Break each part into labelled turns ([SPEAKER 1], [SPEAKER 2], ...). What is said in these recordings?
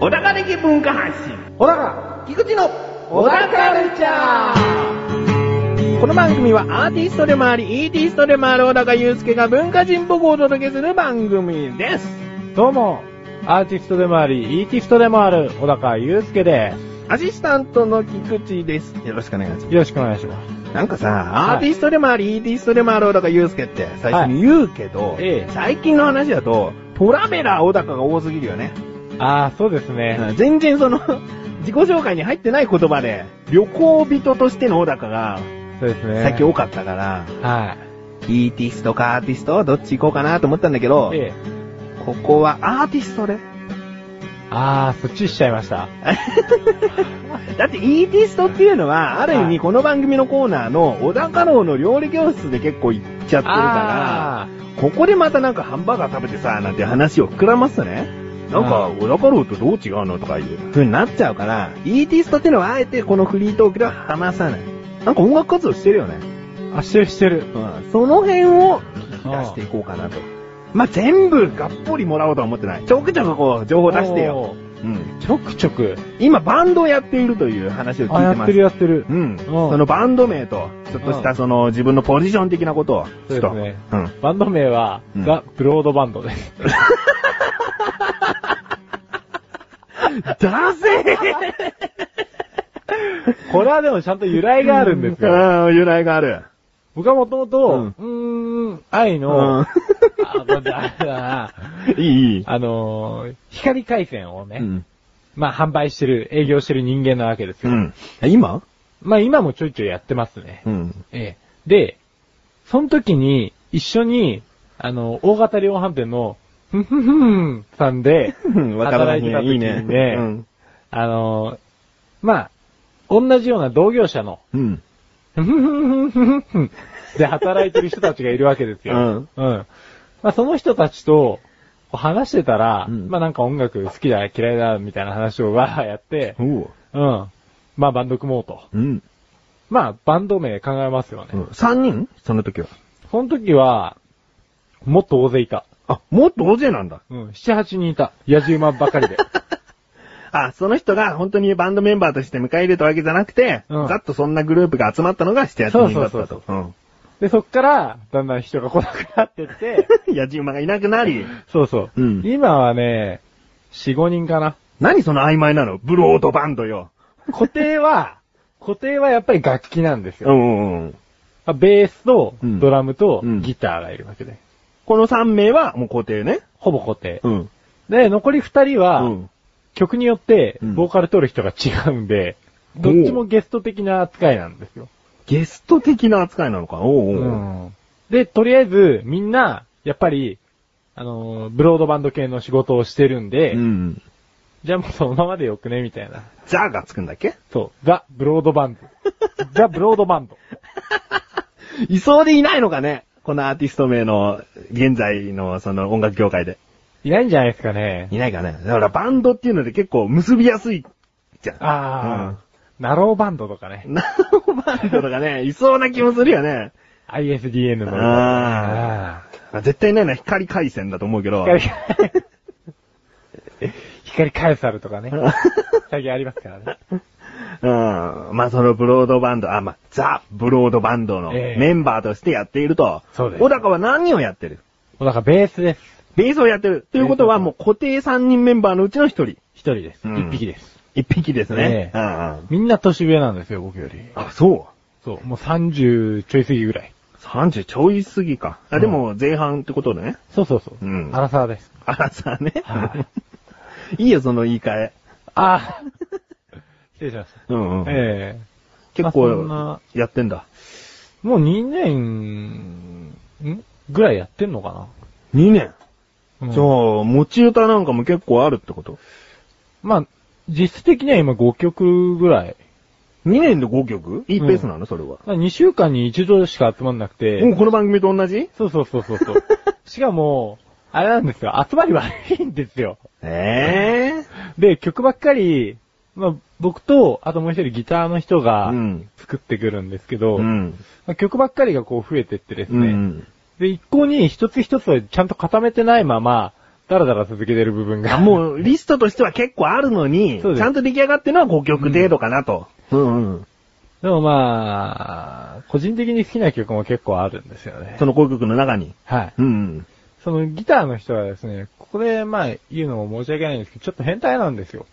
[SPEAKER 1] 小高的文化発信。
[SPEAKER 2] ほらが
[SPEAKER 1] 菊池の
[SPEAKER 2] 小田カルチャーこの番組はアーティストでもあり、イーティストでもある小高祐介が文化人っぽくお届けする番組です。
[SPEAKER 3] どうも、アーティストでもあり、イーティストでもある、小高祐介で。
[SPEAKER 2] アシスタントの菊池です。よろしくお願いします
[SPEAKER 3] よろしくお願いします。
[SPEAKER 2] す。なんかさ、アーティストでもあり、イーティストでもある小高祐介って最初に言うけど、
[SPEAKER 3] はいええ
[SPEAKER 2] 最近の話だと、トラベラー小高が多すぎるよね。
[SPEAKER 3] ああ、そうですね。
[SPEAKER 2] うん全然その、 自己紹介に入ってない言葉で、旅行人としての小高が、
[SPEAKER 3] そうですね。
[SPEAKER 2] 最近多かったから、
[SPEAKER 3] は
[SPEAKER 2] イーティストかアーティストどっち行こうかなと思ったんだけど
[SPEAKER 3] い。、ええ。
[SPEAKER 2] ここはアーティストで。
[SPEAKER 3] ああ、そっちしちゃいました。
[SPEAKER 2] だってイーティストっていうのは、ある意
[SPEAKER 3] は
[SPEAKER 2] 味
[SPEAKER 3] い
[SPEAKER 2] この番組のコーナーの小田家老の料理教室で結構行っちゃってるか
[SPEAKER 3] あ
[SPEAKER 2] ら、
[SPEAKER 3] ー、
[SPEAKER 2] ここでまたなんかハンバーガー食べてさ、なんて話を膨らますとね、なんか
[SPEAKER 3] う
[SPEAKER 2] 小田家老とどう違うのとかいう風になっちゃうから、イーティストっていうのはあえてこのフリートークでは話さない。なんか音楽活動してるよね。
[SPEAKER 3] あ、してるしてる。
[SPEAKER 2] うんその辺を出していこうかなと。まあ、全部がっぽりもらおうとは思ってない。ちょくちょくこう、情報出してよ。うん。
[SPEAKER 3] おー。ちょくちょく。
[SPEAKER 2] 今、バンドをやっているという話を聞いてま
[SPEAKER 3] あ、
[SPEAKER 2] す。
[SPEAKER 3] やってるやってる
[SPEAKER 2] う。ん。
[SPEAKER 3] おう
[SPEAKER 2] そのバンド名と、ちょっとし
[SPEAKER 3] う
[SPEAKER 2] たその自分のポジション的なことを、ちょっと。
[SPEAKER 3] そうですね
[SPEAKER 2] うん。
[SPEAKER 3] バンド名は、
[SPEAKER 2] うん
[SPEAKER 3] ザ・ブロードバンドです。
[SPEAKER 2] だぜ
[SPEAKER 3] これはでもちゃんと由来があるんですよ。
[SPEAKER 2] うん、由来がある。
[SPEAKER 3] 僕はもともと、うーん、愛の、
[SPEAKER 2] うん
[SPEAKER 3] あ、まあだから
[SPEAKER 2] いい、いい。
[SPEAKER 3] あのー、光回線をね、
[SPEAKER 2] うん。
[SPEAKER 3] まあ販売してる、営業してる人間なわけです
[SPEAKER 2] う
[SPEAKER 3] よ。
[SPEAKER 2] ん。今
[SPEAKER 3] まあ今もちょいちょいやってますね。
[SPEAKER 2] うん。、
[SPEAKER 3] ええ。で、その時に一緒に、あの、大型量販店の、ふんふんふんさんで
[SPEAKER 2] わからな
[SPEAKER 3] 働
[SPEAKER 2] い
[SPEAKER 3] いてた
[SPEAKER 2] ね。
[SPEAKER 3] 時
[SPEAKER 2] いい
[SPEAKER 3] に
[SPEAKER 2] ね。
[SPEAKER 3] ね、
[SPEAKER 2] うん。
[SPEAKER 3] あの、まあ、同じような同業者の、
[SPEAKER 2] うん。
[SPEAKER 3] ふんふんふんふんふんで働いてる人たちがいるわけですよ。
[SPEAKER 2] うん。
[SPEAKER 3] うん。まあ、その人たちと、こう話してたら、
[SPEAKER 2] うん
[SPEAKER 3] まあ、なんか音楽好きだ、嫌いだ、みたいな話をわーやって、
[SPEAKER 2] おう。
[SPEAKER 3] うん。まあ、バンド組もうと。
[SPEAKER 2] うん。
[SPEAKER 3] まあ、バンド名考えますよね。
[SPEAKER 2] 三人その時は。
[SPEAKER 3] その時は、もっと大勢いた。
[SPEAKER 2] あ、もっと大勢なんだ。
[SPEAKER 3] うん、七八人いた。野じ馬ばかり で。
[SPEAKER 2] あ、その人が本当にバンドメンバーとして迎え入れたわけじゃなくて、
[SPEAKER 3] うん
[SPEAKER 2] ざっとそんなグループが集まったのが7、8人だったと。
[SPEAKER 3] そうそう
[SPEAKER 2] う
[SPEAKER 3] で、そっから、だんだん人が来なくなってって、
[SPEAKER 2] ん。 やじ馬がいなくなり、
[SPEAKER 3] そうそ
[SPEAKER 2] う
[SPEAKER 3] う。
[SPEAKER 2] ん
[SPEAKER 3] 今はね、四五人かな。
[SPEAKER 2] 何その曖昧なのブロードバンドよ。
[SPEAKER 3] 固定は、 固定はやっぱり楽器なんですよ。
[SPEAKER 2] んうんうん。
[SPEAKER 3] まあベースと、
[SPEAKER 2] うん
[SPEAKER 3] ドラムと
[SPEAKER 2] うん、
[SPEAKER 3] ギターがいるわけで。
[SPEAKER 2] この3名はもう固定ね。
[SPEAKER 3] ほぼ固定。
[SPEAKER 2] ん。
[SPEAKER 3] で、残り二人は、
[SPEAKER 2] うん。
[SPEAKER 3] 曲によって、
[SPEAKER 2] うん
[SPEAKER 3] ボーカル取る人が違うんで、
[SPEAKER 2] おう
[SPEAKER 3] どっちもゲスト的な扱いなんですよ。
[SPEAKER 2] ゲスト的な扱いなのか。おうおう。
[SPEAKER 3] で、とりあえず、みんな、やっぱり、あのーブロードバンド系の仕事をしてるんで、
[SPEAKER 2] うん。
[SPEAKER 3] じゃあもうそのままでよくね、みたいな。
[SPEAKER 2] ザーがつくんだっけ
[SPEAKER 3] そう。ザ・ブロードバンド。ザ・ブロードバ ンド。
[SPEAKER 2] いそうでいないのかねこのアーティスト名の、現在のその音楽業界で。
[SPEAKER 3] いないんじゃないですかね。
[SPEAKER 2] いないかねだからバンドっていうので結構結びやすいじゃん。
[SPEAKER 3] あー、ナローバンドとかね。
[SPEAKER 2] ナノバンドとかね、 いそうな気もするよね。
[SPEAKER 3] ISDN の。
[SPEAKER 2] ああ絶対ないな、光回線だと思うけ
[SPEAKER 3] あ
[SPEAKER 2] ど。
[SPEAKER 3] ー光、 光カエサル とかね。最近ありますからね。
[SPEAKER 2] うん。まあ、そのブロードバンド、あ、まあ、ザ・ブロードバンドの
[SPEAKER 3] ええ
[SPEAKER 2] メンバーとしてやっていると。
[SPEAKER 3] そうです
[SPEAKER 2] 小高は何をやってる
[SPEAKER 3] もうなんかベースです。
[SPEAKER 2] ベースをやってる。ということは
[SPEAKER 3] ベース
[SPEAKER 2] もう固定3人メンバーのうちの1人。
[SPEAKER 3] 一人です。一、
[SPEAKER 2] うん
[SPEAKER 3] 匹です。
[SPEAKER 2] 1匹ですね。
[SPEAKER 3] ええ
[SPEAKER 2] うんうん
[SPEAKER 3] みんな年上なんですよ、僕より。
[SPEAKER 2] あ、そう。
[SPEAKER 3] そう、もう30ちょい過ぎぐらい。
[SPEAKER 2] 30ちょい過ぎか。あ、
[SPEAKER 3] うん
[SPEAKER 2] でも前半ってことね。
[SPEAKER 3] そうそうそう。
[SPEAKER 2] うん
[SPEAKER 3] アラサーです。
[SPEAKER 2] あらさね。
[SPEAKER 3] は
[SPEAKER 2] 、
[SPEAKER 3] い
[SPEAKER 2] いよ、その言い換え。
[SPEAKER 3] ああ。 失礼しました。
[SPEAKER 2] うん、うん。
[SPEAKER 3] ええ
[SPEAKER 2] 結
[SPEAKER 3] まあそん
[SPEAKER 2] 構
[SPEAKER 3] な、
[SPEAKER 2] やってんだ。
[SPEAKER 3] もう2年、んぐらいやってんのか
[SPEAKER 2] 2年。
[SPEAKER 3] な、
[SPEAKER 2] じゃあ、持ち歌なんかも結構あるってこと
[SPEAKER 3] まあ、実質的には今5曲ぐらい。
[SPEAKER 2] ?2 年で5曲いいペースなの、それは。
[SPEAKER 3] まあ、2週間に1度しか集まんなくて。
[SPEAKER 2] もうこの番組と同じ
[SPEAKER 3] そうそうそうそ うそう。しかも、あれなんですよ、集まり悪いんですよ。
[SPEAKER 2] ええ
[SPEAKER 3] で、曲ばっかり、まあ、僕と、あともう一人ギターの人が
[SPEAKER 2] うん
[SPEAKER 3] 作ってくるんですけど、
[SPEAKER 2] うん。
[SPEAKER 3] まあ曲ばっかりがこう増えてってです
[SPEAKER 2] う
[SPEAKER 3] ね、
[SPEAKER 2] ん。
[SPEAKER 3] で、一向に一つ一つをちゃんと固めてないまま、だらだら続けてる部分が。
[SPEAKER 2] あもう、リストとしては結構あるのに、ち
[SPEAKER 3] そうです
[SPEAKER 2] ゃんと出来上がってるのは5曲程度かなと。うんうん。
[SPEAKER 3] でもまあ、個人的に好きな曲も結構あるんですよね
[SPEAKER 2] そ。の5曲の中に。
[SPEAKER 3] はい。
[SPEAKER 2] うん。
[SPEAKER 3] そのギターの人はですね、ここでまあ言うのも申し訳ないんですけど、ちょっと変態なんですよ。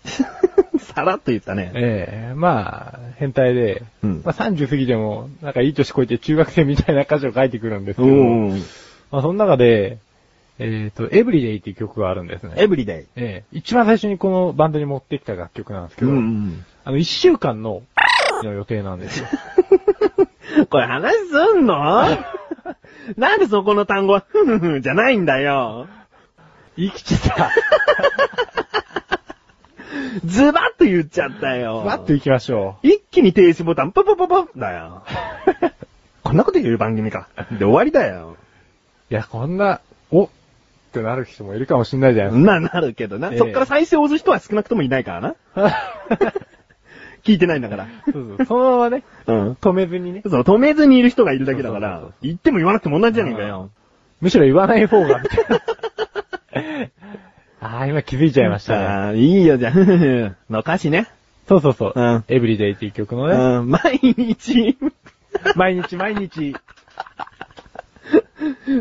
[SPEAKER 2] さらっと言ったね。
[SPEAKER 3] ええまあ、変態で、
[SPEAKER 2] うん
[SPEAKER 3] まあ30過ぎても、なんかいい年こいて中学生みたいな歌詞を書いてくるんですけど、
[SPEAKER 2] うんうん。
[SPEAKER 3] まあその中で、えっ、と、エブリデイっていう曲があるんですね。
[SPEAKER 2] エブリデイ。
[SPEAKER 3] ええ一番最初にこのバンドに持ってきた楽曲なんですけど、
[SPEAKER 2] うん
[SPEAKER 3] あの、一週間の、の予定なん ですよ。
[SPEAKER 2] うん。 これ話すん のなんでそこの単語は、ふふふじゃないんだよ。
[SPEAKER 3] 生きてた。
[SPEAKER 2] ズバッと言っちゃったよ。
[SPEAKER 3] わっと行きましょ
[SPEAKER 2] 一気に停止ボタン、ポポポポだ よ。こんなこと言う番組か。で、終わりだよ。
[SPEAKER 3] う。いや、こんな、おってなる人もいるかもしれないじゃないです
[SPEAKER 2] な、なるけどな。
[SPEAKER 3] ええ
[SPEAKER 2] そっから再生を押す人は少なくともいないから な。
[SPEAKER 3] か。
[SPEAKER 2] 聞いてないんだから。
[SPEAKER 3] そうそう。そのままね、
[SPEAKER 2] うん。
[SPEAKER 3] 止めずにね。
[SPEAKER 2] そう、止めずにいる人がいるだけだか
[SPEAKER 3] そうそう
[SPEAKER 2] ら
[SPEAKER 3] そう、
[SPEAKER 2] 言っても言わなくても同じじゃねえかよ。
[SPEAKER 3] むしろ言わない 方が、みたいな。ああ、今気づいちゃいましたね。
[SPEAKER 2] あーいいよ、じゃあ、ふふふの歌詞ね。
[SPEAKER 3] そうそうそう。
[SPEAKER 2] うん
[SPEAKER 3] エブリデイっていう曲の
[SPEAKER 2] う
[SPEAKER 3] ね、
[SPEAKER 2] ん、毎日。
[SPEAKER 3] 毎日毎日、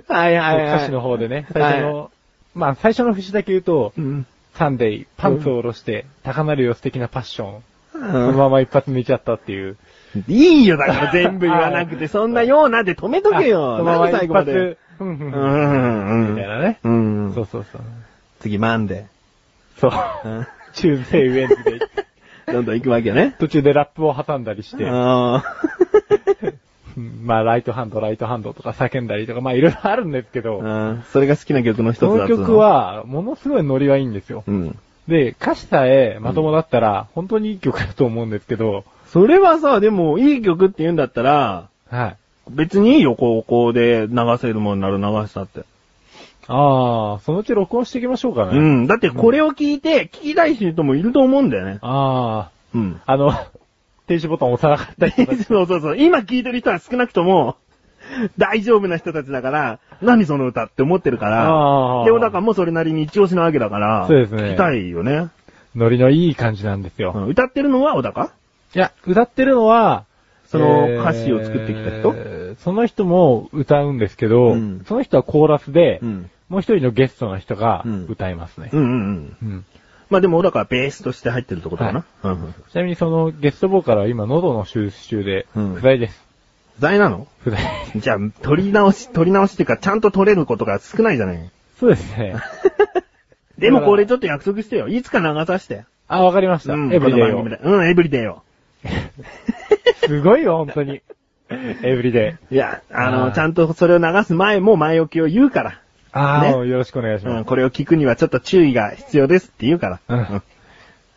[SPEAKER 2] はいはいはい。
[SPEAKER 3] 歌詞の方でね、最初の、まあ最初の節だけ言うと、
[SPEAKER 2] うん。
[SPEAKER 3] サンデイ、パンツを下ろして、高鳴るよ素敵なパッション、
[SPEAKER 2] う
[SPEAKER 3] そ
[SPEAKER 2] ん
[SPEAKER 3] のまま一発抜いちゃったっていう。
[SPEAKER 2] いいよ、だから全部言わなくて、そんなようなで止めとけ
[SPEAKER 3] あ
[SPEAKER 2] よ。
[SPEAKER 3] そのまま
[SPEAKER 2] なんで
[SPEAKER 3] 一
[SPEAKER 2] 最後まで。
[SPEAKER 3] 発、うん
[SPEAKER 2] う
[SPEAKER 3] うん
[SPEAKER 2] ん、うん。
[SPEAKER 3] みたいなね
[SPEAKER 2] うん。
[SPEAKER 3] そうそうそう。
[SPEAKER 2] 次、マンデ
[SPEAKER 3] そう。
[SPEAKER 2] ー。
[SPEAKER 3] チューズデイ、ウェンズ デイ。
[SPEAKER 2] どんどん行くわけね。
[SPEAKER 3] 途中でラップを挟んだりして、
[SPEAKER 2] あ
[SPEAKER 3] うんまあライトハンド、ライトハンドとか叫んだりとか、まあいろいろあるんですけど、
[SPEAKER 2] ーそれが好きな曲の一つだ
[SPEAKER 3] こ
[SPEAKER 2] っ
[SPEAKER 3] の
[SPEAKER 2] つうの
[SPEAKER 3] 曲、は、ものすごいノリはいいんですよ。
[SPEAKER 2] うん。
[SPEAKER 3] で、歌詞さえまともだったら、本当にいい曲だと思うんですけど、
[SPEAKER 2] それはさ、でも、いい曲って言うんだったら、
[SPEAKER 3] はい。
[SPEAKER 2] 別にいいよ、こう、こうで流せるもんなら流したって。
[SPEAKER 3] ああ、そのうち録音していきましょうかね。
[SPEAKER 2] うん。だってこれを聞いて、聞きたい人もいると思うんだよね。
[SPEAKER 3] あ
[SPEAKER 2] うん。
[SPEAKER 3] あ、あの、停止ボタン押さなかったりと か。
[SPEAKER 2] そうそうそう。今聞いてる人は少なくとも、大丈夫な人たちだから、何その歌って思ってるから
[SPEAKER 3] あ、ー
[SPEAKER 2] でもだからもうそれなりに一押しなわけだから、
[SPEAKER 3] そうですね
[SPEAKER 2] 聞きたいよね。
[SPEAKER 3] ノリのいい感じなんですよ。
[SPEAKER 2] うん歌ってるのは小高
[SPEAKER 3] いや、歌ってるのは、
[SPEAKER 2] その
[SPEAKER 3] えー
[SPEAKER 2] 歌詞を作ってきた人
[SPEAKER 3] その人も歌うんですけど、
[SPEAKER 2] うん
[SPEAKER 3] その人はコーラスで、
[SPEAKER 2] ん。
[SPEAKER 3] もう一人のゲストの人が
[SPEAKER 2] うん
[SPEAKER 3] 歌いますね
[SPEAKER 2] う。んうんうん。
[SPEAKER 3] うん
[SPEAKER 2] まあでも小高はベースとして入ってるってことかな。うんうん。
[SPEAKER 3] ちなみにそのゲストボーカルは今喉の収集で、
[SPEAKER 2] うん
[SPEAKER 3] 不在です。
[SPEAKER 2] 罪なの
[SPEAKER 3] 不在。
[SPEAKER 2] じゃあ、取り直し、取り直しっていうか、ちゃんと取れることが少ないじゃない。
[SPEAKER 3] そうですね。
[SPEAKER 2] でもこれちょっと約束してよ。いつか流さして。
[SPEAKER 3] あ、わかりました。
[SPEAKER 2] うん、
[SPEAKER 3] エブリデ
[SPEAKER 2] こ
[SPEAKER 3] イ
[SPEAKER 2] の番
[SPEAKER 3] を
[SPEAKER 2] 組。でうん、エブリデイ を。
[SPEAKER 3] すごいよ、本当 に。エブリデイ。
[SPEAKER 2] いや、あ
[SPEAKER 3] あ
[SPEAKER 2] の、
[SPEAKER 3] ー
[SPEAKER 2] ちゃんとそれを流す前も前置きを言うから。
[SPEAKER 3] あ
[SPEAKER 2] ね
[SPEAKER 3] あ、もうよろしくお願いし
[SPEAKER 2] う
[SPEAKER 3] ま
[SPEAKER 2] ん、
[SPEAKER 3] す。
[SPEAKER 2] これを聞くにはちょっと注意が必要ですって言うから。
[SPEAKER 3] うん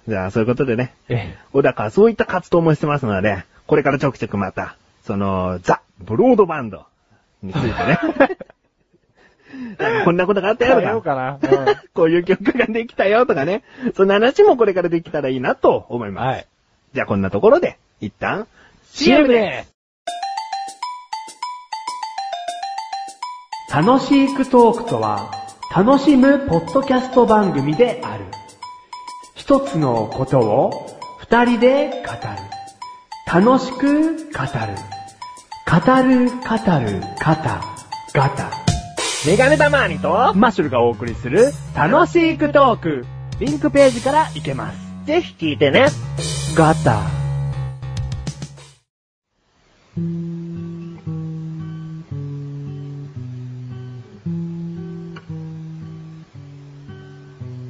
[SPEAKER 2] じゃあ、そういうことでね。
[SPEAKER 3] え
[SPEAKER 2] 小高はそういった活動もしてますので、これからちょくちょくまた、その、ザ・ブロードバンドについて ね。なんかこんなことがあったよと
[SPEAKER 3] 変えようかなうん
[SPEAKER 2] こういう曲ができたよとかね。そんな話もこれからできたらいいなと思 います。
[SPEAKER 3] はい。
[SPEAKER 2] じゃあこんなところで、一旦、
[SPEAKER 3] CM
[SPEAKER 2] で
[SPEAKER 3] です
[SPEAKER 4] 楽しいクトークとは、楽しむポッドキャスト番組である。一つのことを二人で語る。楽しく語る。語る、語る、語る、ガタ。
[SPEAKER 2] メガネたまーにと、
[SPEAKER 4] マッシュルがお送りする、楽しいクトーク。リンクページから行けま
[SPEAKER 2] ぜひ聞いてね。
[SPEAKER 4] す。ガタ。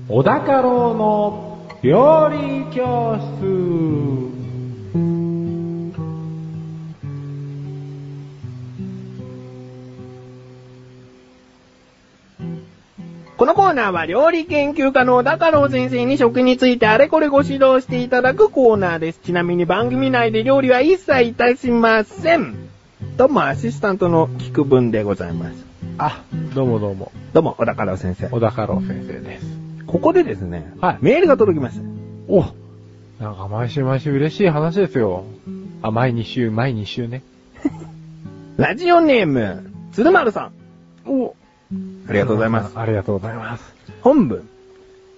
[SPEAKER 3] 小高郎の料理教室。
[SPEAKER 2] このコーナーは料理研究家の小高郎先生に食についてあれこれご指導していただくコーナーです。ちなみに番組内で料理は一切いたしません。どうも、アシスタントの菊文でございます。
[SPEAKER 3] あ、どうもどうも、
[SPEAKER 2] どうも、小高郎先生。
[SPEAKER 3] 小高郎先生です。
[SPEAKER 2] ここでですね、
[SPEAKER 3] はい
[SPEAKER 2] メールが届きました。
[SPEAKER 3] お、なんか毎週毎週嬉しい話ですよ。あ、毎2週、毎2週ね。
[SPEAKER 2] ラジオネーム、鶴丸さん。
[SPEAKER 3] お
[SPEAKER 2] ありがとうございます。
[SPEAKER 3] ありがとうございます。
[SPEAKER 2] 本文。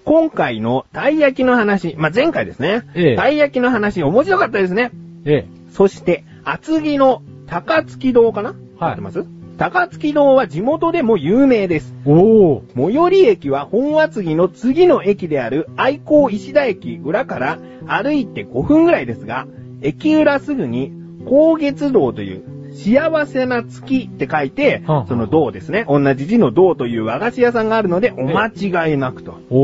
[SPEAKER 2] 今回のたい焼きの話、まあ、前回ですね。
[SPEAKER 3] ええ
[SPEAKER 2] たい焼きの話、面白かったですね。
[SPEAKER 3] ええ。
[SPEAKER 2] そして、厚木の高槻堂かな
[SPEAKER 3] は
[SPEAKER 2] 合
[SPEAKER 3] い
[SPEAKER 2] ってます高槻堂は地元でも有名です。
[SPEAKER 3] おー。
[SPEAKER 2] 最寄り駅は本厚木の次の駅である愛工石田駅裏から歩いて5分ぐらいですが、駅裏すぐに高月堂という幸せな月って書いて
[SPEAKER 3] はあ、
[SPEAKER 2] その堂ですね。同じ字の堂という和菓子屋さんがあるので、お間違いなくと。
[SPEAKER 3] おー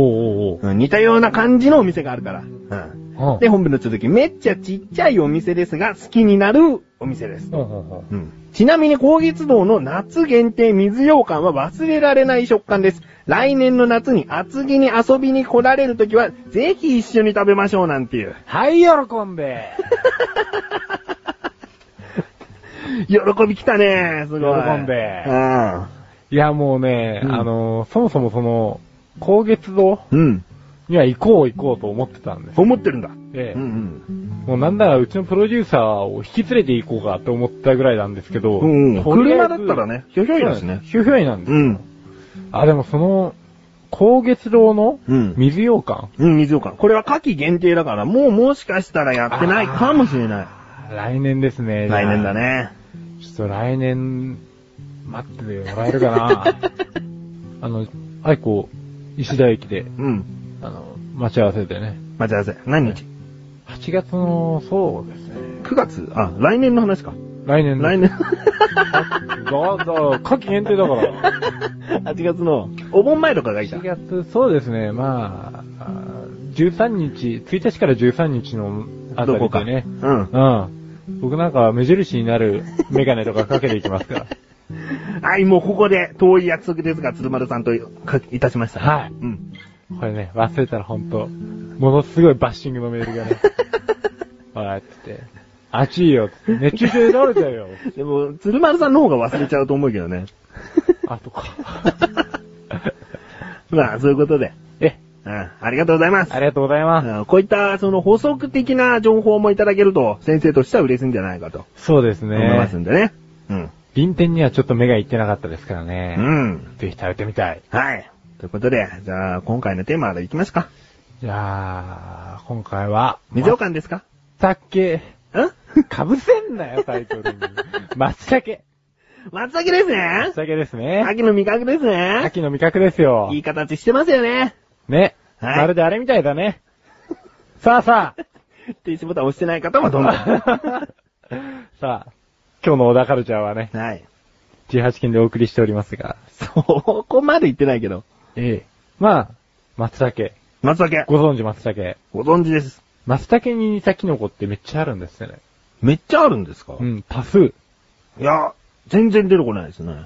[SPEAKER 3] おー
[SPEAKER 2] うん似たような感じのお店があるから。うん
[SPEAKER 3] おー。うん
[SPEAKER 2] で、、本部の続き、めっちゃちっちゃいお店ですが、好きになるお店です。
[SPEAKER 3] うんうんうん。
[SPEAKER 2] うんちなみに高月堂の夏限定水羊羹は忘れられない食感です。来年の夏に厚木に遊びに来られるときは、ぜひ一緒に食べましょうなんていう。
[SPEAKER 3] はい、喜んで。
[SPEAKER 2] 喜び来たねすごい。
[SPEAKER 3] 喜んで
[SPEAKER 2] うん。
[SPEAKER 3] いや、もうね、
[SPEAKER 2] うん
[SPEAKER 3] あのー、そもそもその、高月堂
[SPEAKER 2] うん。
[SPEAKER 3] には行こう行こうと思ってたんです。
[SPEAKER 2] 思ってるんだ。
[SPEAKER 3] え
[SPEAKER 2] う
[SPEAKER 3] え
[SPEAKER 2] ん
[SPEAKER 3] もうなんならうちのプロデューサーを引き連れて行こうかと思ったぐらいなんですけど、
[SPEAKER 2] うん。
[SPEAKER 3] とりあえ
[SPEAKER 2] 車
[SPEAKER 3] ず
[SPEAKER 2] だったら、ね、ひょひょいだしね。
[SPEAKER 3] ひゅひゅいなんです。
[SPEAKER 2] うん。
[SPEAKER 3] あ、でもその、高月堂の
[SPEAKER 2] うん。
[SPEAKER 3] 水羊羹、
[SPEAKER 2] うん、水羊羹。これは夏季限定だから、もうもしかしたらやってないかもしれない。
[SPEAKER 3] 来年ですね。
[SPEAKER 2] 来年だ。ね。
[SPEAKER 3] ちょっと来年、待っててもらえる かな。あの、愛子、石田駅で、
[SPEAKER 2] うん。
[SPEAKER 3] あの、待ち合わせでね。
[SPEAKER 2] 待ち合わせ。何日
[SPEAKER 3] 8月の、そうですね。
[SPEAKER 2] ?9 月あ、来年の話か。
[SPEAKER 3] 来年
[SPEAKER 2] 来年。
[SPEAKER 3] だ、だ、夏季限定だ から。
[SPEAKER 2] 8月の、お盆前とかがいいじゃ
[SPEAKER 3] 8
[SPEAKER 2] ん。
[SPEAKER 3] 月、そうですね、まあ、あー13日、1日から13日のあた
[SPEAKER 2] どこか。
[SPEAKER 3] りでね。
[SPEAKER 2] うん。
[SPEAKER 3] うん。僕なんかは目印になるメガネとかかけていきます から。
[SPEAKER 2] はい、もうここで遠い約束ですが、鶴丸さんとかいたしました。
[SPEAKER 3] はい。
[SPEAKER 2] うん。
[SPEAKER 3] これね、忘れたらほんと、ものすごいバッシングのメール がね。はい、つって。暑いよ、つって。熱中症で倒れちゃう よ。
[SPEAKER 2] でも、鶴丸さんの方が忘れちゃうと思うけどね。
[SPEAKER 3] あ、とか。
[SPEAKER 2] まあ、そういうことで。
[SPEAKER 3] え、
[SPEAKER 2] うん。ありがとうございます。
[SPEAKER 3] ありがとうございます。
[SPEAKER 2] うんこういった、その補足的な情報もいただけると、先生としては嬉しいんじゃないかと
[SPEAKER 3] そうです
[SPEAKER 2] 思いま
[SPEAKER 3] ね
[SPEAKER 2] す。んでね。うん。
[SPEAKER 3] 臨天にはちょっと目がいってなかったですからね。
[SPEAKER 2] うん。
[SPEAKER 3] ぜひ食べてみたい。
[SPEAKER 2] はい。ということで、じゃあ、今回のテーマでいきますか。
[SPEAKER 3] じゃあ、今回は、
[SPEAKER 2] 水羊羹ですか
[SPEAKER 3] 松茸。
[SPEAKER 2] ん
[SPEAKER 3] かぶせんなよ、タイ トルに。松茸。
[SPEAKER 2] 松茸ですね
[SPEAKER 3] 松茸ですね。
[SPEAKER 2] 秋の味覚ですね
[SPEAKER 3] 秋の味覚ですよ
[SPEAKER 2] い。い形してますよね。
[SPEAKER 3] ね。
[SPEAKER 2] はい
[SPEAKER 3] まるであれみたいだね。さあさあ。
[SPEAKER 2] 停止ボタン押してない方も どんどん。は
[SPEAKER 3] さあ、今日の小田カルチャーはね、
[SPEAKER 2] い。
[SPEAKER 3] 18金でお送りしておりますが、
[SPEAKER 2] そこまで言ってないけど。
[SPEAKER 3] ええ。まあ、松茸。
[SPEAKER 2] 松茸。
[SPEAKER 3] ご存知松茸。
[SPEAKER 2] ご存知です。
[SPEAKER 3] 松茸に似たキノコってめっちゃあるんですよね。
[SPEAKER 2] めっちゃあるんですか、
[SPEAKER 3] うん、多数。
[SPEAKER 2] いや、全然出てこないですね。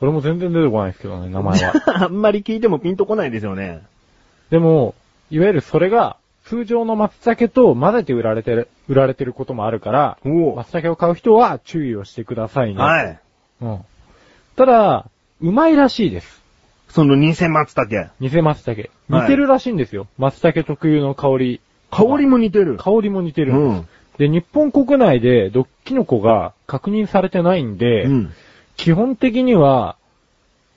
[SPEAKER 3] 俺も全然出てこないですけどね、名 前は。
[SPEAKER 2] あんまり聞いてもピンとこないですよね。
[SPEAKER 3] でも、いわゆるそれが、通常の松茸と混ぜて売られてる、売られてることもあるから、
[SPEAKER 2] おう
[SPEAKER 3] 松茸を買う人は注意をしてくださいね。
[SPEAKER 2] はい。
[SPEAKER 3] うん。ただ、うまいらしいです。
[SPEAKER 2] その偽松茸。
[SPEAKER 3] 偽松茸。
[SPEAKER 2] はい
[SPEAKER 3] 似てるらしいんですよ。松茸特有の香り。
[SPEAKER 2] 香りも似てる。
[SPEAKER 3] 香りも似てる。
[SPEAKER 2] うん。
[SPEAKER 3] で、日本国内で毒キノコが確認されてないんで、
[SPEAKER 2] うん。
[SPEAKER 3] 基本的には、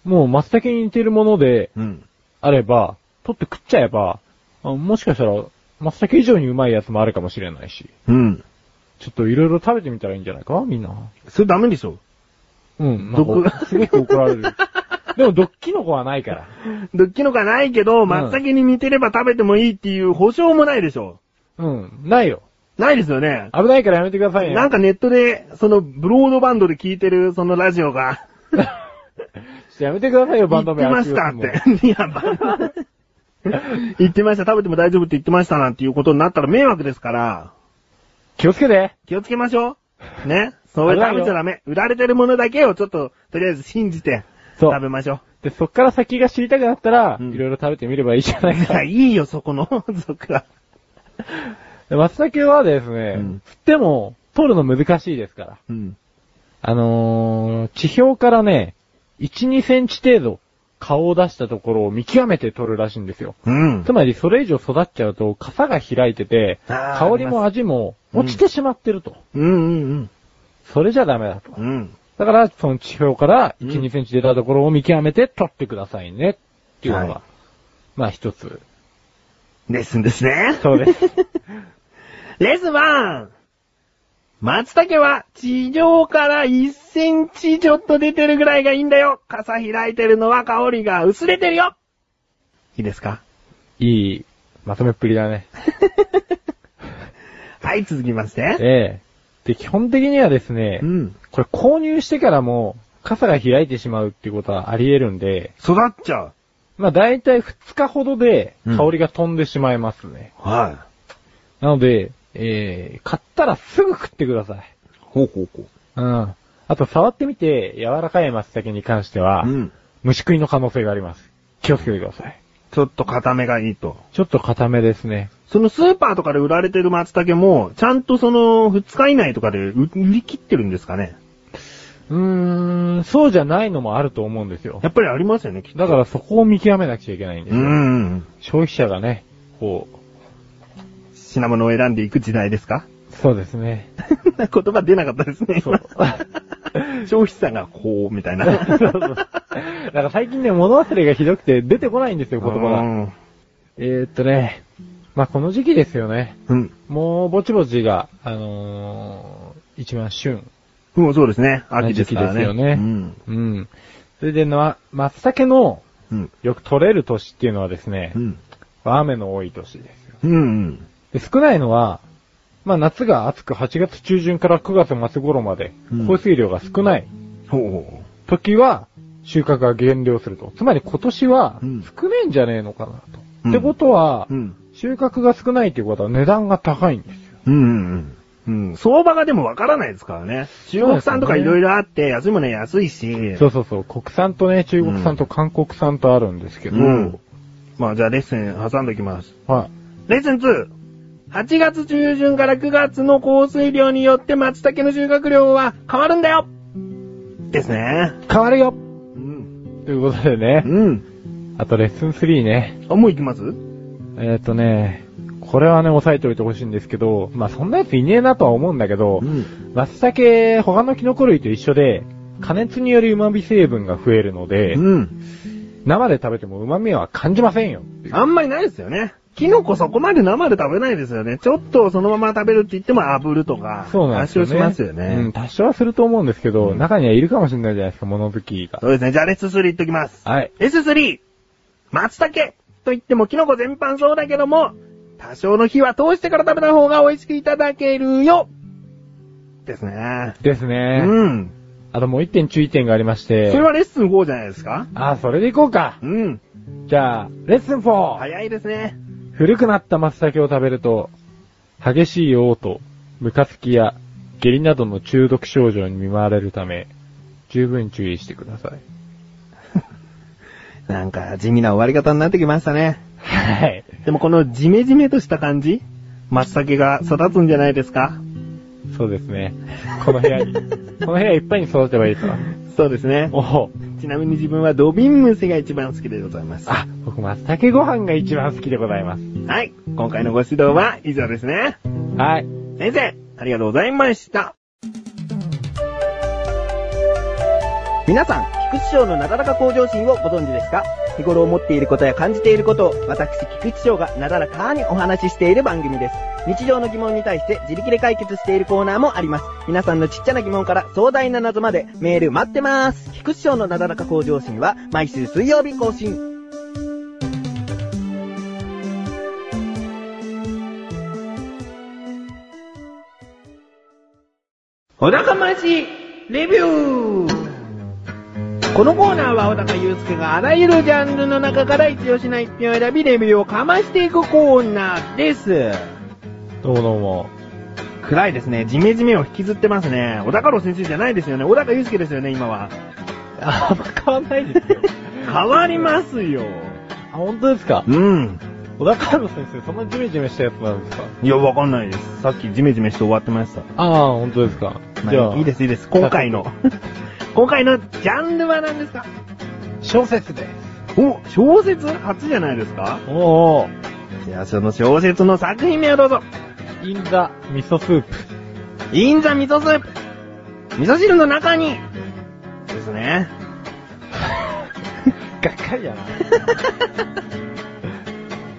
[SPEAKER 3] もう松茸に似てるもので
[SPEAKER 2] うん。
[SPEAKER 3] あれば、取って食っちゃえば、あもしかしたら、松茸以上にうまいやつもあるかもしれないし、
[SPEAKER 2] うん。
[SPEAKER 3] ちょっといろいろ食べてみたらいいんじゃないかみんな。
[SPEAKER 2] それダメでしょ
[SPEAKER 3] うん、なん
[SPEAKER 2] 毒
[SPEAKER 3] か、すごく怒ら れる。でも、毒キノコはないから。
[SPEAKER 2] 毒キノコはないけど、
[SPEAKER 3] ん
[SPEAKER 2] 松茸に似てれば食べてもいいっていう保証もないでしょ
[SPEAKER 3] うん、ないよ。
[SPEAKER 2] ないですよね。
[SPEAKER 3] 危ないからやめてくださいね。
[SPEAKER 2] なんかネットで、その、ブロードバンドで聞いてる、そのラジオが、
[SPEAKER 3] やめてくださいよ、
[SPEAKER 2] 言
[SPEAKER 3] バンド
[SPEAKER 2] っ
[SPEAKER 3] 名。
[SPEAKER 2] てましたって。いや、バンド。言ってました、食べても大丈夫って言ってましたなんていうことになったら迷惑ですから、
[SPEAKER 3] 気をつけて。
[SPEAKER 2] 気をつけましょう。ね。そういう
[SPEAKER 3] 危ない
[SPEAKER 2] 食
[SPEAKER 3] よ
[SPEAKER 2] べちゃダメ。売られてるものだけをちょっと、とりあえず信じて、
[SPEAKER 3] そう
[SPEAKER 2] 食べましょ
[SPEAKER 3] で、そっから先が知りたくなったら、
[SPEAKER 2] うん
[SPEAKER 3] いろいろ食べてみればいいじゃな
[SPEAKER 2] う。
[SPEAKER 3] い
[SPEAKER 2] い
[SPEAKER 3] か
[SPEAKER 2] や、。いいよ、そこの、そこは。
[SPEAKER 3] で松茸はですね、
[SPEAKER 2] ん
[SPEAKER 3] 振っても、取るの難しいですから。
[SPEAKER 2] うん。
[SPEAKER 3] あのー、地表からね、1、2センチ程度顔を出したところを見極めて取るらしいんですよ。
[SPEAKER 2] うん
[SPEAKER 3] つ。まりそれ以上育っちゃうと、傘が開いてて、
[SPEAKER 2] あー
[SPEAKER 3] 香りも味も落ちてしまってると。
[SPEAKER 2] うんうん
[SPEAKER 3] それじゃダメだと。
[SPEAKER 2] うん。うん。
[SPEAKER 3] だから、その地表から1、
[SPEAKER 2] うん
[SPEAKER 3] 2センチ出たところを見極めて取ってくださいね。っていうのが、
[SPEAKER 2] はい
[SPEAKER 3] まあ一つ。
[SPEAKER 2] レッスンですね。
[SPEAKER 3] そ うです。
[SPEAKER 2] レッスン 1! 松茸は地上から1センチちょっと出てるぐらいがいいんだよ。傘開いてるのは香りが薄れてるよ。いいですか
[SPEAKER 3] いい、まとめっぷりだね。
[SPEAKER 2] はい、続きまして。
[SPEAKER 3] ええで、基本的にはですね、
[SPEAKER 2] うん。
[SPEAKER 3] これ購入してからも、傘が開いてしまうっていうことはあり得るんで、
[SPEAKER 2] 育っちゃう。
[SPEAKER 3] まあ大体2日ほどで
[SPEAKER 2] うん
[SPEAKER 3] 香りが飛んでしまいますね。
[SPEAKER 2] は
[SPEAKER 3] なので、えー、買ったらすぐ食ってください。
[SPEAKER 2] い。ほうほうほう。
[SPEAKER 3] うん。あと触ってみて柔らかい松茸に関しては、
[SPEAKER 2] うん。
[SPEAKER 3] 虫食いの可能性があります。気をつけてください。
[SPEAKER 2] ちょっと固めがいいと。
[SPEAKER 3] ちょっと固めですね。
[SPEAKER 2] そのスーパーとかで売られてる松茸も、ちゃんとその2日以内とかで売売り切ってるんですかね
[SPEAKER 3] うーん、そうじゃないのもあると思うんですよ
[SPEAKER 2] や。っぱりありますよね、きっと。
[SPEAKER 3] だからそこを見極めなくちゃいけないんです
[SPEAKER 2] う
[SPEAKER 3] よ。
[SPEAKER 2] ん。
[SPEAKER 3] 消費者がね、こ
[SPEAKER 2] 品物を選んでいく時代ですか
[SPEAKER 3] う、そうですね。
[SPEAKER 2] 言葉出なかったですね。
[SPEAKER 3] そう。
[SPEAKER 2] 今消費者がこう、み たいな。
[SPEAKER 3] そうそうだから最近ね、物忘れがひどくて出てこないんですよ、言葉が。
[SPEAKER 2] が。
[SPEAKER 3] えー、っとね、まあ、この時期ですよね。
[SPEAKER 2] うん。
[SPEAKER 3] もう、ぼちぼちが、あのー、一番旬。
[SPEAKER 2] うん、そうですね。秋ですからね。
[SPEAKER 3] 時期ですよね
[SPEAKER 2] うん。
[SPEAKER 3] うん。それでな、松茸の、
[SPEAKER 2] うん。
[SPEAKER 3] よく取れる年っていうのはですね
[SPEAKER 2] う、ん。
[SPEAKER 3] 雨の多い年ですよ。
[SPEAKER 2] うんうん。
[SPEAKER 3] で、少ないのは、まあ、夏が暑く8月中旬から9月末頃まで
[SPEAKER 2] うん、
[SPEAKER 3] 降水量が少ない
[SPEAKER 2] ほうほ
[SPEAKER 3] 時は、収穫が減量すると。つまり今年は
[SPEAKER 2] うん、
[SPEAKER 3] 少ねえんじゃねえのかなと。
[SPEAKER 2] うん
[SPEAKER 3] ってことは
[SPEAKER 2] う。う、ん。
[SPEAKER 3] 収穫が少ないっていうことは値段が高いんですよ。
[SPEAKER 2] うんうんうん。うん。相場がでもわからないですからね。中国産とかいろいろあって、安いものは安いし。
[SPEAKER 3] そうそうそう。国産とね、中国産と韓国産とあるんですけど、
[SPEAKER 2] うん。まあじゃあレッスン挟んでおきます。
[SPEAKER 3] はい。
[SPEAKER 2] レッスン 2! 8月中旬から9月の降水量によって松茸の収穫量は変わるんだよですね。
[SPEAKER 3] 変わるよ
[SPEAKER 2] うん。
[SPEAKER 3] ということでね、
[SPEAKER 2] うん。
[SPEAKER 3] あとレッスン3ね。
[SPEAKER 2] あ、もう行きます
[SPEAKER 3] えっ、ー、とね、これはね、押さえておいてほしいんですけど、まあそんなやついねえなとは思うんだけど、
[SPEAKER 2] ん。
[SPEAKER 3] 松茸、他のキノコ類と一緒で、加熱により旨味成分が増えるので、
[SPEAKER 2] うん。
[SPEAKER 3] 生で食べても旨味は感じませんよ。
[SPEAKER 2] あんまりないですよね。キノコそこまで生で食べないですよね。ちょっとそのまま食べるって言っても炙るとか。
[SPEAKER 3] そうなんですよ
[SPEAKER 2] 多
[SPEAKER 3] ね。
[SPEAKER 2] 少しますよね。
[SPEAKER 3] うん、多少はすると思うんですけど、中にはいるかもしれないじゃないですか、物好きが
[SPEAKER 2] そ。うですね。じゃあレッスン3行っときます。
[SPEAKER 3] はい。
[SPEAKER 2] S3、松茸と言ってもキノコ全般そうだけども、多少の火は通してから食べた方が美味しくいただけるよですね。
[SPEAKER 3] です
[SPEAKER 2] う
[SPEAKER 3] ね。
[SPEAKER 2] ん。
[SPEAKER 3] あともう一点注意点がありまし
[SPEAKER 2] そ
[SPEAKER 3] て。
[SPEAKER 2] れはレッスン4じゃないですか
[SPEAKER 3] あ、それでいこうか。
[SPEAKER 2] うん。
[SPEAKER 3] じゃあ、レッスン 4!、
[SPEAKER 2] 早いですね。
[SPEAKER 3] 古くなった松茸を食べると、激しい嘔吐、ムカつきや下痢などの中毒症状に見舞われるため、十分注意してください。
[SPEAKER 2] なんか地味な終わり方になってきましたね。
[SPEAKER 3] はい。
[SPEAKER 2] でもこのジメジメとした感じ松茸が育つんじゃないですか
[SPEAKER 3] そうですね。この部 屋に、この部屋いっぱいに育てばいい と。
[SPEAKER 2] そうですね。
[SPEAKER 3] おお。
[SPEAKER 2] ちなみに自分はドビンムスが一番好きでございます。
[SPEAKER 3] あ、僕松茸ご飯が一番好きでございます。
[SPEAKER 2] はい。今回のご指導は以上ですね。
[SPEAKER 3] はい。
[SPEAKER 2] 先生、ありがとうございました。
[SPEAKER 5] 皆さん、菊池賞のなだらか向上心をご存知ですか日頃思っていることや感じていることを、私、菊池賞がなだらかにお話ししている番組です。日常の疑問に対して自力で解決しているコーナーもあります。皆さんのちっちゃな疑問から壮大な謎までメール待ってます。菊池賞のなだらか向上心は毎週水曜日更新。
[SPEAKER 1] おだかましレビュー
[SPEAKER 2] このコーナーは小高祐介があらゆるジャンルの中から一押しな一品を選びレビューをかましていくコーナーです。
[SPEAKER 3] どうもどうも。
[SPEAKER 2] 暗いですね。ジメジメを引きずってますね。小高郎先生じゃないですよね。小高祐介ですよね、今 は。
[SPEAKER 3] あんま変わんないですよ。
[SPEAKER 2] 変わりますよ。
[SPEAKER 3] あ、本当ですか
[SPEAKER 2] うん。
[SPEAKER 3] 小田カー先生、そんなジメジメしたやつなんですか
[SPEAKER 2] いや、わかんないです。さっきジメジメして終わってました。
[SPEAKER 3] ああ、本当ですか。じゃあ、
[SPEAKER 2] いい です、いいです。今回の。今回のジャンルは何ですか
[SPEAKER 3] 小説です。
[SPEAKER 2] お、小説初じゃないですか
[SPEAKER 3] おー、
[SPEAKER 2] じゃあその小説の作品名をどうぞ。
[SPEAKER 3] インザ味噌スープ。
[SPEAKER 2] インザ味噌スープ。味噌汁の中に。ですね。
[SPEAKER 3] がっかりや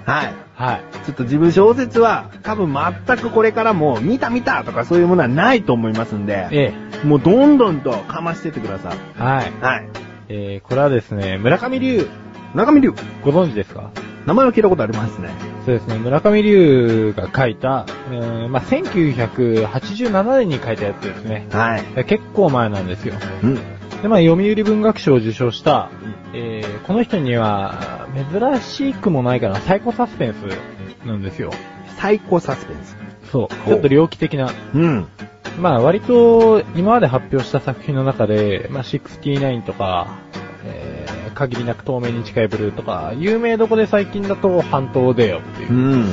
[SPEAKER 3] な。
[SPEAKER 2] はい。
[SPEAKER 3] はい。
[SPEAKER 2] ちょっと自分小説は多分全くこれからも見た見たとかそういうものはないと思いますんで、
[SPEAKER 3] え
[SPEAKER 2] もうどんどんとかましてってください。
[SPEAKER 3] え、はい。
[SPEAKER 2] はい。
[SPEAKER 3] えー、これはですね、村上龍、
[SPEAKER 2] 中身龍。
[SPEAKER 3] ご存知ですか
[SPEAKER 2] 名前は聞いたことありますね。
[SPEAKER 3] そうですね、村上龍が書いた、うーんまあ、1987年に書いたやつですね。
[SPEAKER 2] はい。
[SPEAKER 3] 結構前なんですよ。
[SPEAKER 2] うん。
[SPEAKER 3] で、まあ、読売文学賞を受賞した、えー、この人には、珍しくもないかな、サイコサスペンスなんですよ。
[SPEAKER 2] 最高サスペンス。
[SPEAKER 3] そう。ちょっと猟奇的な。
[SPEAKER 2] うん。
[SPEAKER 3] まあ、割と、今まで発表した作品の中で、まあ、69とか、えー、限りなく透明に近いブルーとか、有名どこで最近だと、半島でよっていうう。
[SPEAKER 2] ん。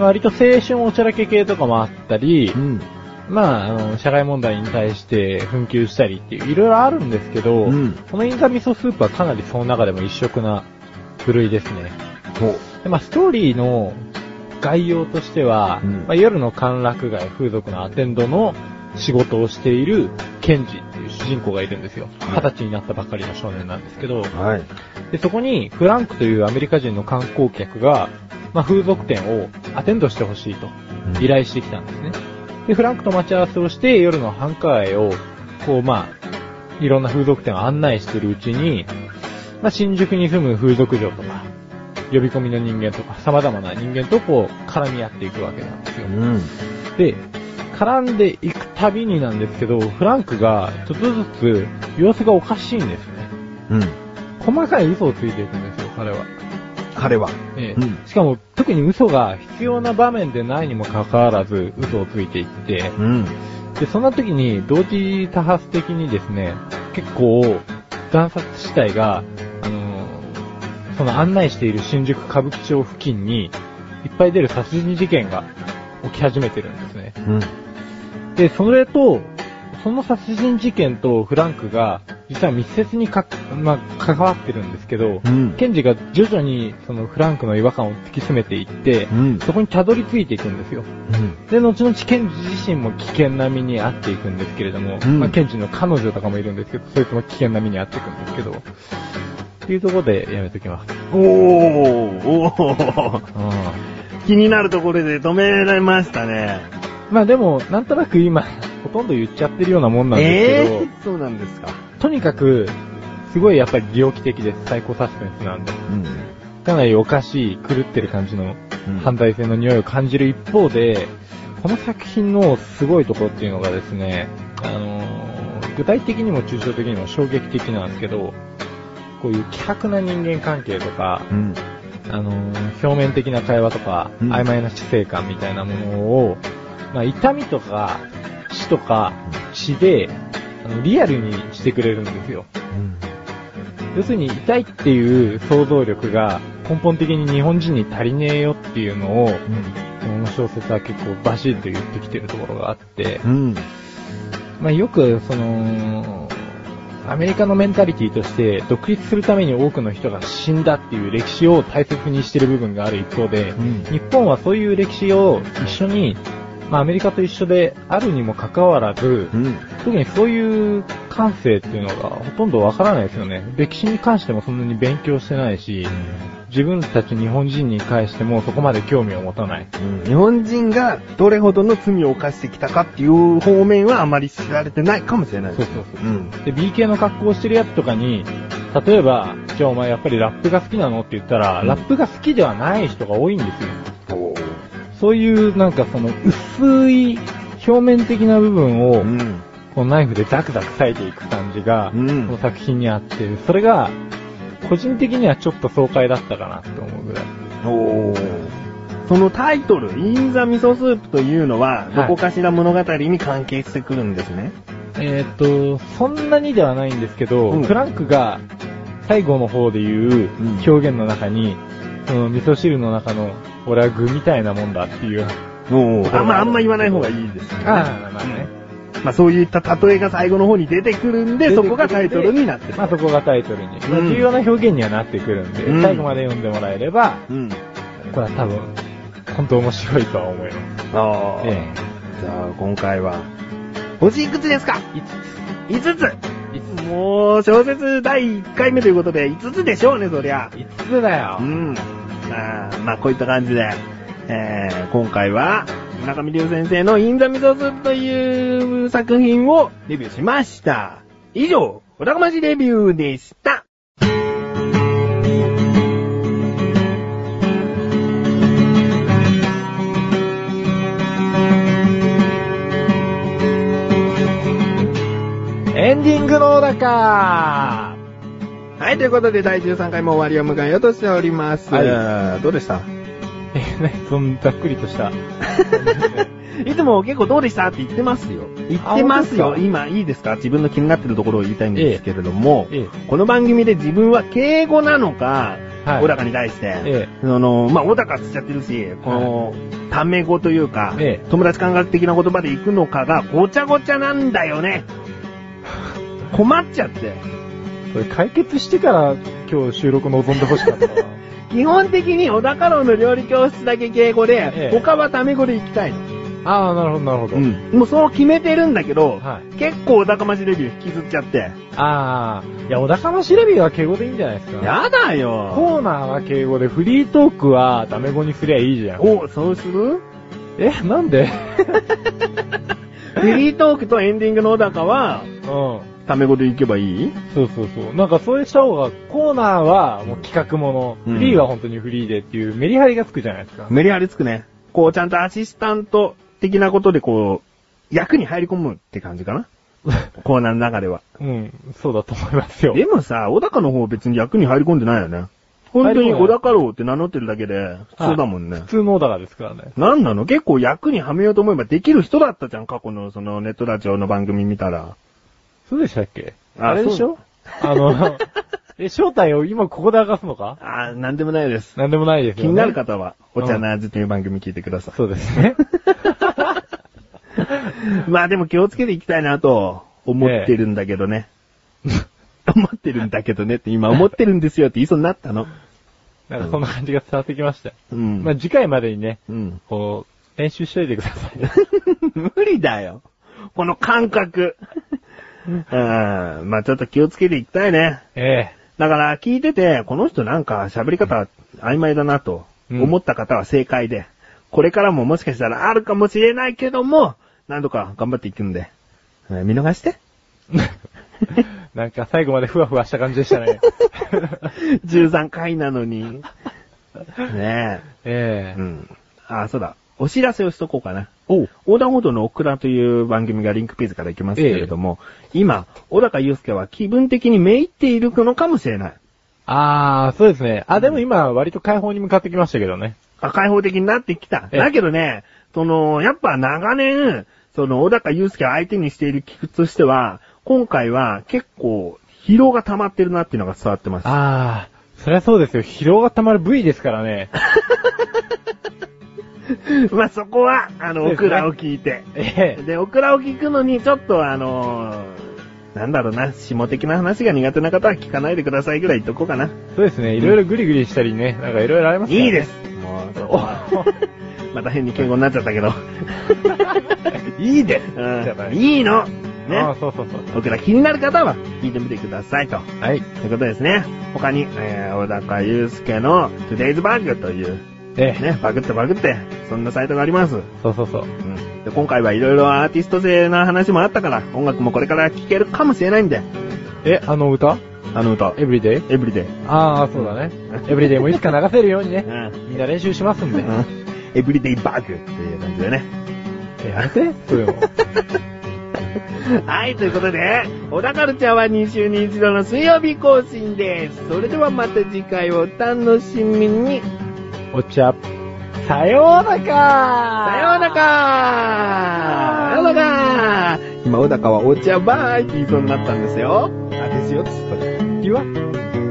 [SPEAKER 3] 割と青春おちゃらけ系とかもあったり
[SPEAKER 2] う、ん。
[SPEAKER 3] まあ、あの、社会問題に対して紛糾したりっていう、いろいろあるんですけど、
[SPEAKER 2] うん
[SPEAKER 3] このインザ味噌スープはかなりその中でも一色な部類ですね。
[SPEAKER 2] ほう。
[SPEAKER 3] でまあ、ストーリーの概要としては、
[SPEAKER 2] うん
[SPEAKER 3] まあ、夜の歓楽街風俗のアテンドの仕事をしているケンジっていう主人公がいるんですよ。
[SPEAKER 2] はい
[SPEAKER 3] 二十歳になったばかりの少年なんですけど、
[SPEAKER 2] はい。
[SPEAKER 3] で、そこにフランクというアメリカ人の観光客が、まあ、風俗店をアテンドしてほしいと
[SPEAKER 2] うん
[SPEAKER 3] 依頼してきたんですね。で、フランクと待ち合わせをして夜の繁華街を、こうまあ、いろんな風俗店を案内してるうちに、まあ、新宿に住む風俗嬢とか、呼び込みの人間とか、様々な人間とこう、絡み合っていくわけなんですよ。
[SPEAKER 2] うん。
[SPEAKER 3] で、絡んでいくたびになんですけど、フランクがちょっとずつ様子がおかしいんですよね。
[SPEAKER 2] うん。
[SPEAKER 3] 細かい嘘をついていくんですよ、彼は。
[SPEAKER 2] 彼は。
[SPEAKER 3] ええ
[SPEAKER 2] うん
[SPEAKER 3] しかも、特に嘘が必要な場面でないにもかかわらず、嘘をついていって、
[SPEAKER 2] うん。
[SPEAKER 3] で、そんな時に、同時多発的にですね、結構、残殺死体が、あのーその案内している新宿歌舞伎町付近に、いっぱい出る殺人事件が起き始めてるんですね。
[SPEAKER 2] うん。
[SPEAKER 3] で、それと、その殺人事件とフランクが、実は密接にか、まあ、関わってるんですけど、
[SPEAKER 2] うん
[SPEAKER 3] ケンジが徐々にそのフランクの違和感を突き詰めていって、
[SPEAKER 2] うん
[SPEAKER 3] そこにたどり着いていくんですよ。で、後々ケンジ自身も危険な身に遭っていくんですけれども、
[SPEAKER 2] うん
[SPEAKER 3] まあ、ケンジの彼女とかもいるんですけど、そいつも危険な身に遭っていくんですけど、っていうところでやめときます。
[SPEAKER 2] おー。おー。
[SPEAKER 3] うん
[SPEAKER 2] 気になるところで止められましたね。
[SPEAKER 3] まあでも、なんとなく今、ほとんど言っちゃってるようなもんなんですけど、
[SPEAKER 2] ーそうなんですか。
[SPEAKER 3] とにかく、すごいやっぱり猟奇的です。最高サスペンスなんで。
[SPEAKER 2] うん。
[SPEAKER 3] かなりおかしい、狂ってる感じの
[SPEAKER 2] うん
[SPEAKER 3] 反対性の匂いを感じる一方で、この作品のすごいところっていうのがですね、あのー具体的にも抽象的にも衝撃的なんですけど、こういう希薄な人間関係とか、
[SPEAKER 2] うん。
[SPEAKER 3] あのー表面的な会話とか、
[SPEAKER 2] うん
[SPEAKER 3] 曖昧な死生観みたいなものを、まあ、痛みとか死とか血で、あのリアルにしてくれるんですよ。要するに痛いっていう想像力が根本的に日本人に足りねえよっていうのを、この小説は結構バシッと言ってきてるところがあって、
[SPEAKER 2] うん。
[SPEAKER 3] まあ、よくその、アメリカのメンタリティとして独立するために多くの人が死んだっていう歴史を大切にしてる部分がある一方で、
[SPEAKER 2] ん
[SPEAKER 3] 日本はそういう歴史を一緒に、まあ、アメリカと一緒であるにもかかわらず、
[SPEAKER 2] うん。
[SPEAKER 3] 特にそういう感性っていうのがほとんどわからないですよね。歴史に関してもそんなに勉強してないし、自分たち日本人に関してもそこまで興味を持たない。
[SPEAKER 2] 日本人がどれほどの罪を犯してきたかっていう方面はあまり知られてないかもしれない
[SPEAKER 3] そ
[SPEAKER 2] で
[SPEAKER 3] う
[SPEAKER 2] す。
[SPEAKER 3] そうそう。
[SPEAKER 2] うん。
[SPEAKER 3] で、BK の格好をしてるやつとかに、例えば、じゃあお前やっぱりラップが好きなのって言ったら、
[SPEAKER 2] うん
[SPEAKER 3] ラップが好きではない人が多いんですよ。
[SPEAKER 2] お
[SPEAKER 3] そういうなんかその薄い表面的な部分を、
[SPEAKER 2] うん。
[SPEAKER 3] こうナイフでザクザク裂いていく感じが、
[SPEAKER 2] うん
[SPEAKER 3] この作品にあって、それが、個人的にはちょっと爽快だったかなって思うぐらい。
[SPEAKER 2] おーそのタイトル、インザ味噌スープというのは、
[SPEAKER 3] い
[SPEAKER 2] どこかしら物語に関係してくるんですね。
[SPEAKER 3] えーっと、そんなにではないんですけど、
[SPEAKER 2] うん
[SPEAKER 3] フランクが最後の方で言う
[SPEAKER 2] うん
[SPEAKER 3] 表現の中に、その味噌汁の中の俺は具みたいなもんだっていう。
[SPEAKER 2] おあんま、あんま言わない方がいいですよね。
[SPEAKER 3] ああ、まあね。
[SPEAKER 2] まあそういった例えが最後の方に出てくるんで、
[SPEAKER 3] 出て
[SPEAKER 2] そ
[SPEAKER 3] くる
[SPEAKER 2] こ
[SPEAKER 3] んで
[SPEAKER 2] がタイトルになってる。
[SPEAKER 3] まあそこがタイトルに。まあ
[SPEAKER 2] うん
[SPEAKER 3] 重要な表現にはなってくるんで、
[SPEAKER 2] うん
[SPEAKER 3] 最後まで読んでもらえれば、
[SPEAKER 2] うん。
[SPEAKER 3] これは多分、本当面白いとは思います。
[SPEAKER 2] ああ、
[SPEAKER 3] え
[SPEAKER 2] じゃあ今回は、星いくつですか ?5 つ。5つもう、小説第1回目ということで、5つでしょうね、そりゃ
[SPEAKER 3] え。。5つだよ
[SPEAKER 2] う。ん。まあ、まあ、こういった感じで、えー、今回は、村上龍先生のインザミゾズという作品をレビューしました。以上、おだかましレビューでした。
[SPEAKER 3] エンディングの小高
[SPEAKER 2] はい、ということで第13回も終わりを迎えようとしております。
[SPEAKER 3] は
[SPEAKER 2] どうでした
[SPEAKER 3] えー、ね、 そのざっくりとした。
[SPEAKER 2] いつも結構どうでしたって言ってますよ。言ってます
[SPEAKER 3] あ
[SPEAKER 2] よ。
[SPEAKER 3] 本当ですか
[SPEAKER 2] 今いいですか自分の気になってるところを言いたいんですけれども、
[SPEAKER 3] え
[SPEAKER 2] この番組で自分は敬語なのか、
[SPEAKER 3] え、はい。
[SPEAKER 2] 小高に対して、
[SPEAKER 3] え
[SPEAKER 2] その、まあ、小高っつっちゃってるし、この、ため語というか、
[SPEAKER 3] え
[SPEAKER 2] 友達感覚的な言葉で行くのかがごちゃごちゃなんだよ ね。困っちゃって。
[SPEAKER 3] え、これ解決してから今日収録望んでほしかったな。
[SPEAKER 2] 基本的に小高郎の料理教室だけ敬語で、
[SPEAKER 3] ええ
[SPEAKER 2] 他はタメ語で行きたいの。
[SPEAKER 3] ああ、なるほど、なるほど。
[SPEAKER 2] もうそう決めてるんだけど、
[SPEAKER 3] はい。
[SPEAKER 2] 結構小高町デビュー引きずっちゃって。
[SPEAKER 3] ああ、いや、小高のシレビューは敬語でいいんじゃないですか。
[SPEAKER 2] やだよ。
[SPEAKER 3] コーナーは敬語で、フリートークはダメ語にすりゃいいじゃん。
[SPEAKER 2] お、そうす る
[SPEAKER 3] え、なんで
[SPEAKER 2] フリートークとエンディングの小高は、
[SPEAKER 3] うん。そ
[SPEAKER 2] タメ語で行けばいいう
[SPEAKER 3] そうそう。なんかそうした方が、コーナーはもう企画も
[SPEAKER 2] う
[SPEAKER 3] の、
[SPEAKER 2] ん
[SPEAKER 3] フリーは本当にフリーでっていうメリハリがつくじゃないですか。
[SPEAKER 2] メリハリつくね。こう、ちゃんとアシスタント的なことでこう、役に入り込むって感じかな。コーナーの中では。
[SPEAKER 3] うん、そうだと思いますよ。
[SPEAKER 2] でもさ、小高の方別に役に入り込んでないよね。本当に小高郎って名乗ってるだけで、普通だもんね
[SPEAKER 3] 普。通の小高ですからね。
[SPEAKER 2] なんなの結構役にはめようと思えばできる人だったじゃん、過去のそのネットラジオの番組見たら。
[SPEAKER 3] そうでしたっけ
[SPEAKER 2] あ
[SPEAKER 3] あれでしょあの、 え、正体を今ここで明かすのか
[SPEAKER 2] あー、なんでもないです。
[SPEAKER 3] なんでもないです
[SPEAKER 2] 気
[SPEAKER 3] よ、ね。
[SPEAKER 2] になる方は、
[SPEAKER 3] う
[SPEAKER 2] お
[SPEAKER 3] ん
[SPEAKER 2] 茶の味という番組聞いてください。
[SPEAKER 3] そうで すね。
[SPEAKER 2] まあでも気をつけていきたいなと思ってるんだけど ね。思ってるんだけどねって今思ってるんですよって言いそうになったの。
[SPEAKER 3] なんかそんな感じが伝わってきました。
[SPEAKER 2] うん。
[SPEAKER 3] まあ次回までにね、
[SPEAKER 2] うん。
[SPEAKER 3] こう、練習しといてください。
[SPEAKER 2] 無理だよ。この感 覚。うん。まあちょっと気をつけていきたいね。
[SPEAKER 3] ええ
[SPEAKER 2] だから聞いてて、この人なんか喋り方曖昧だなと
[SPEAKER 3] うん
[SPEAKER 2] 思った方は正解で、これからももしかしたらあるかもしれないけども、何度か頑張っていくんで、えー見逃 して。
[SPEAKER 3] なんか最後までふわふわした感じでした ね。
[SPEAKER 2] 13回なのに。ねえ。
[SPEAKER 3] え
[SPEAKER 2] う
[SPEAKER 3] え
[SPEAKER 2] ん。あ、そうだ。お知らせをしとこうかな。
[SPEAKER 3] おう
[SPEAKER 2] 横断歩道のオクラという番組がリンクページから行きますけれども、今、小高祐介は気分的にめいっているのかもしれない。
[SPEAKER 3] あー、そうですね。あ、でも今、割と解放に向かってきましたけどね。
[SPEAKER 2] あ開放的になってきた。
[SPEAKER 3] ええ
[SPEAKER 2] だけどね、その、やっぱ長年、その、小高祐介を相手にしている菊池としては、今回は結構、疲労が溜まってるなっていうのが伝わってます。
[SPEAKER 3] あー、そりゃそうですよ。疲労が溜まる部位ですか らね。
[SPEAKER 2] まあ、そこは、あの、
[SPEAKER 3] そう
[SPEAKER 2] オ
[SPEAKER 3] です
[SPEAKER 2] ク
[SPEAKER 3] ね
[SPEAKER 2] ラを聞いて。
[SPEAKER 3] ええ
[SPEAKER 2] で、オクラを聞くのに、ちょっとあのーなんだろうな、下的な話が苦手な方は聞かないでくださいぐらい言っとこうかな。
[SPEAKER 3] そうですね。いろいろグリグリしたりね。なんかいろいろありますからね
[SPEAKER 2] いいです。もう、そこ はまた変に敬語になっちゃったけ ど。
[SPEAKER 3] いいです
[SPEAKER 2] う、
[SPEAKER 3] じゃなんい
[SPEAKER 2] いいの
[SPEAKER 3] あ
[SPEAKER 2] ね
[SPEAKER 3] あ、。そうそうそう。
[SPEAKER 2] オクラ気になる方は、聞いてみてくださいと。
[SPEAKER 3] はい。
[SPEAKER 2] ということですね。他に、えー、小高祐介の Today's Bug という、
[SPEAKER 3] ええ
[SPEAKER 2] ね、バグってバグって、そんなサイトがあります。
[SPEAKER 3] そうそうそう。
[SPEAKER 2] うんで今回はいろいろアーティスト性の話もあったから、音楽もこれから聴けるかもしれないんで、
[SPEAKER 3] え、あの歌
[SPEAKER 2] あの歌、
[SPEAKER 3] エブリデイ
[SPEAKER 2] エブリデイ。
[SPEAKER 3] ああ、そうだね。エブリデイもいつか流せるようにね。
[SPEAKER 2] ん。
[SPEAKER 3] みんな練習しますんで。
[SPEAKER 2] エブリデイバーグっていう感じでね。
[SPEAKER 3] え、やめてそ れも。
[SPEAKER 2] はい、ということで、小田カルチャーは2週に一度の水曜日更新です。それではまた次回をお楽しみに。
[SPEAKER 3] お茶。さよう
[SPEAKER 2] さ
[SPEAKER 3] なか
[SPEAKER 2] ようなかさようなら今、小高はお茶バーって言いそうになったんですよ。あ、ですよ、つった。
[SPEAKER 3] ー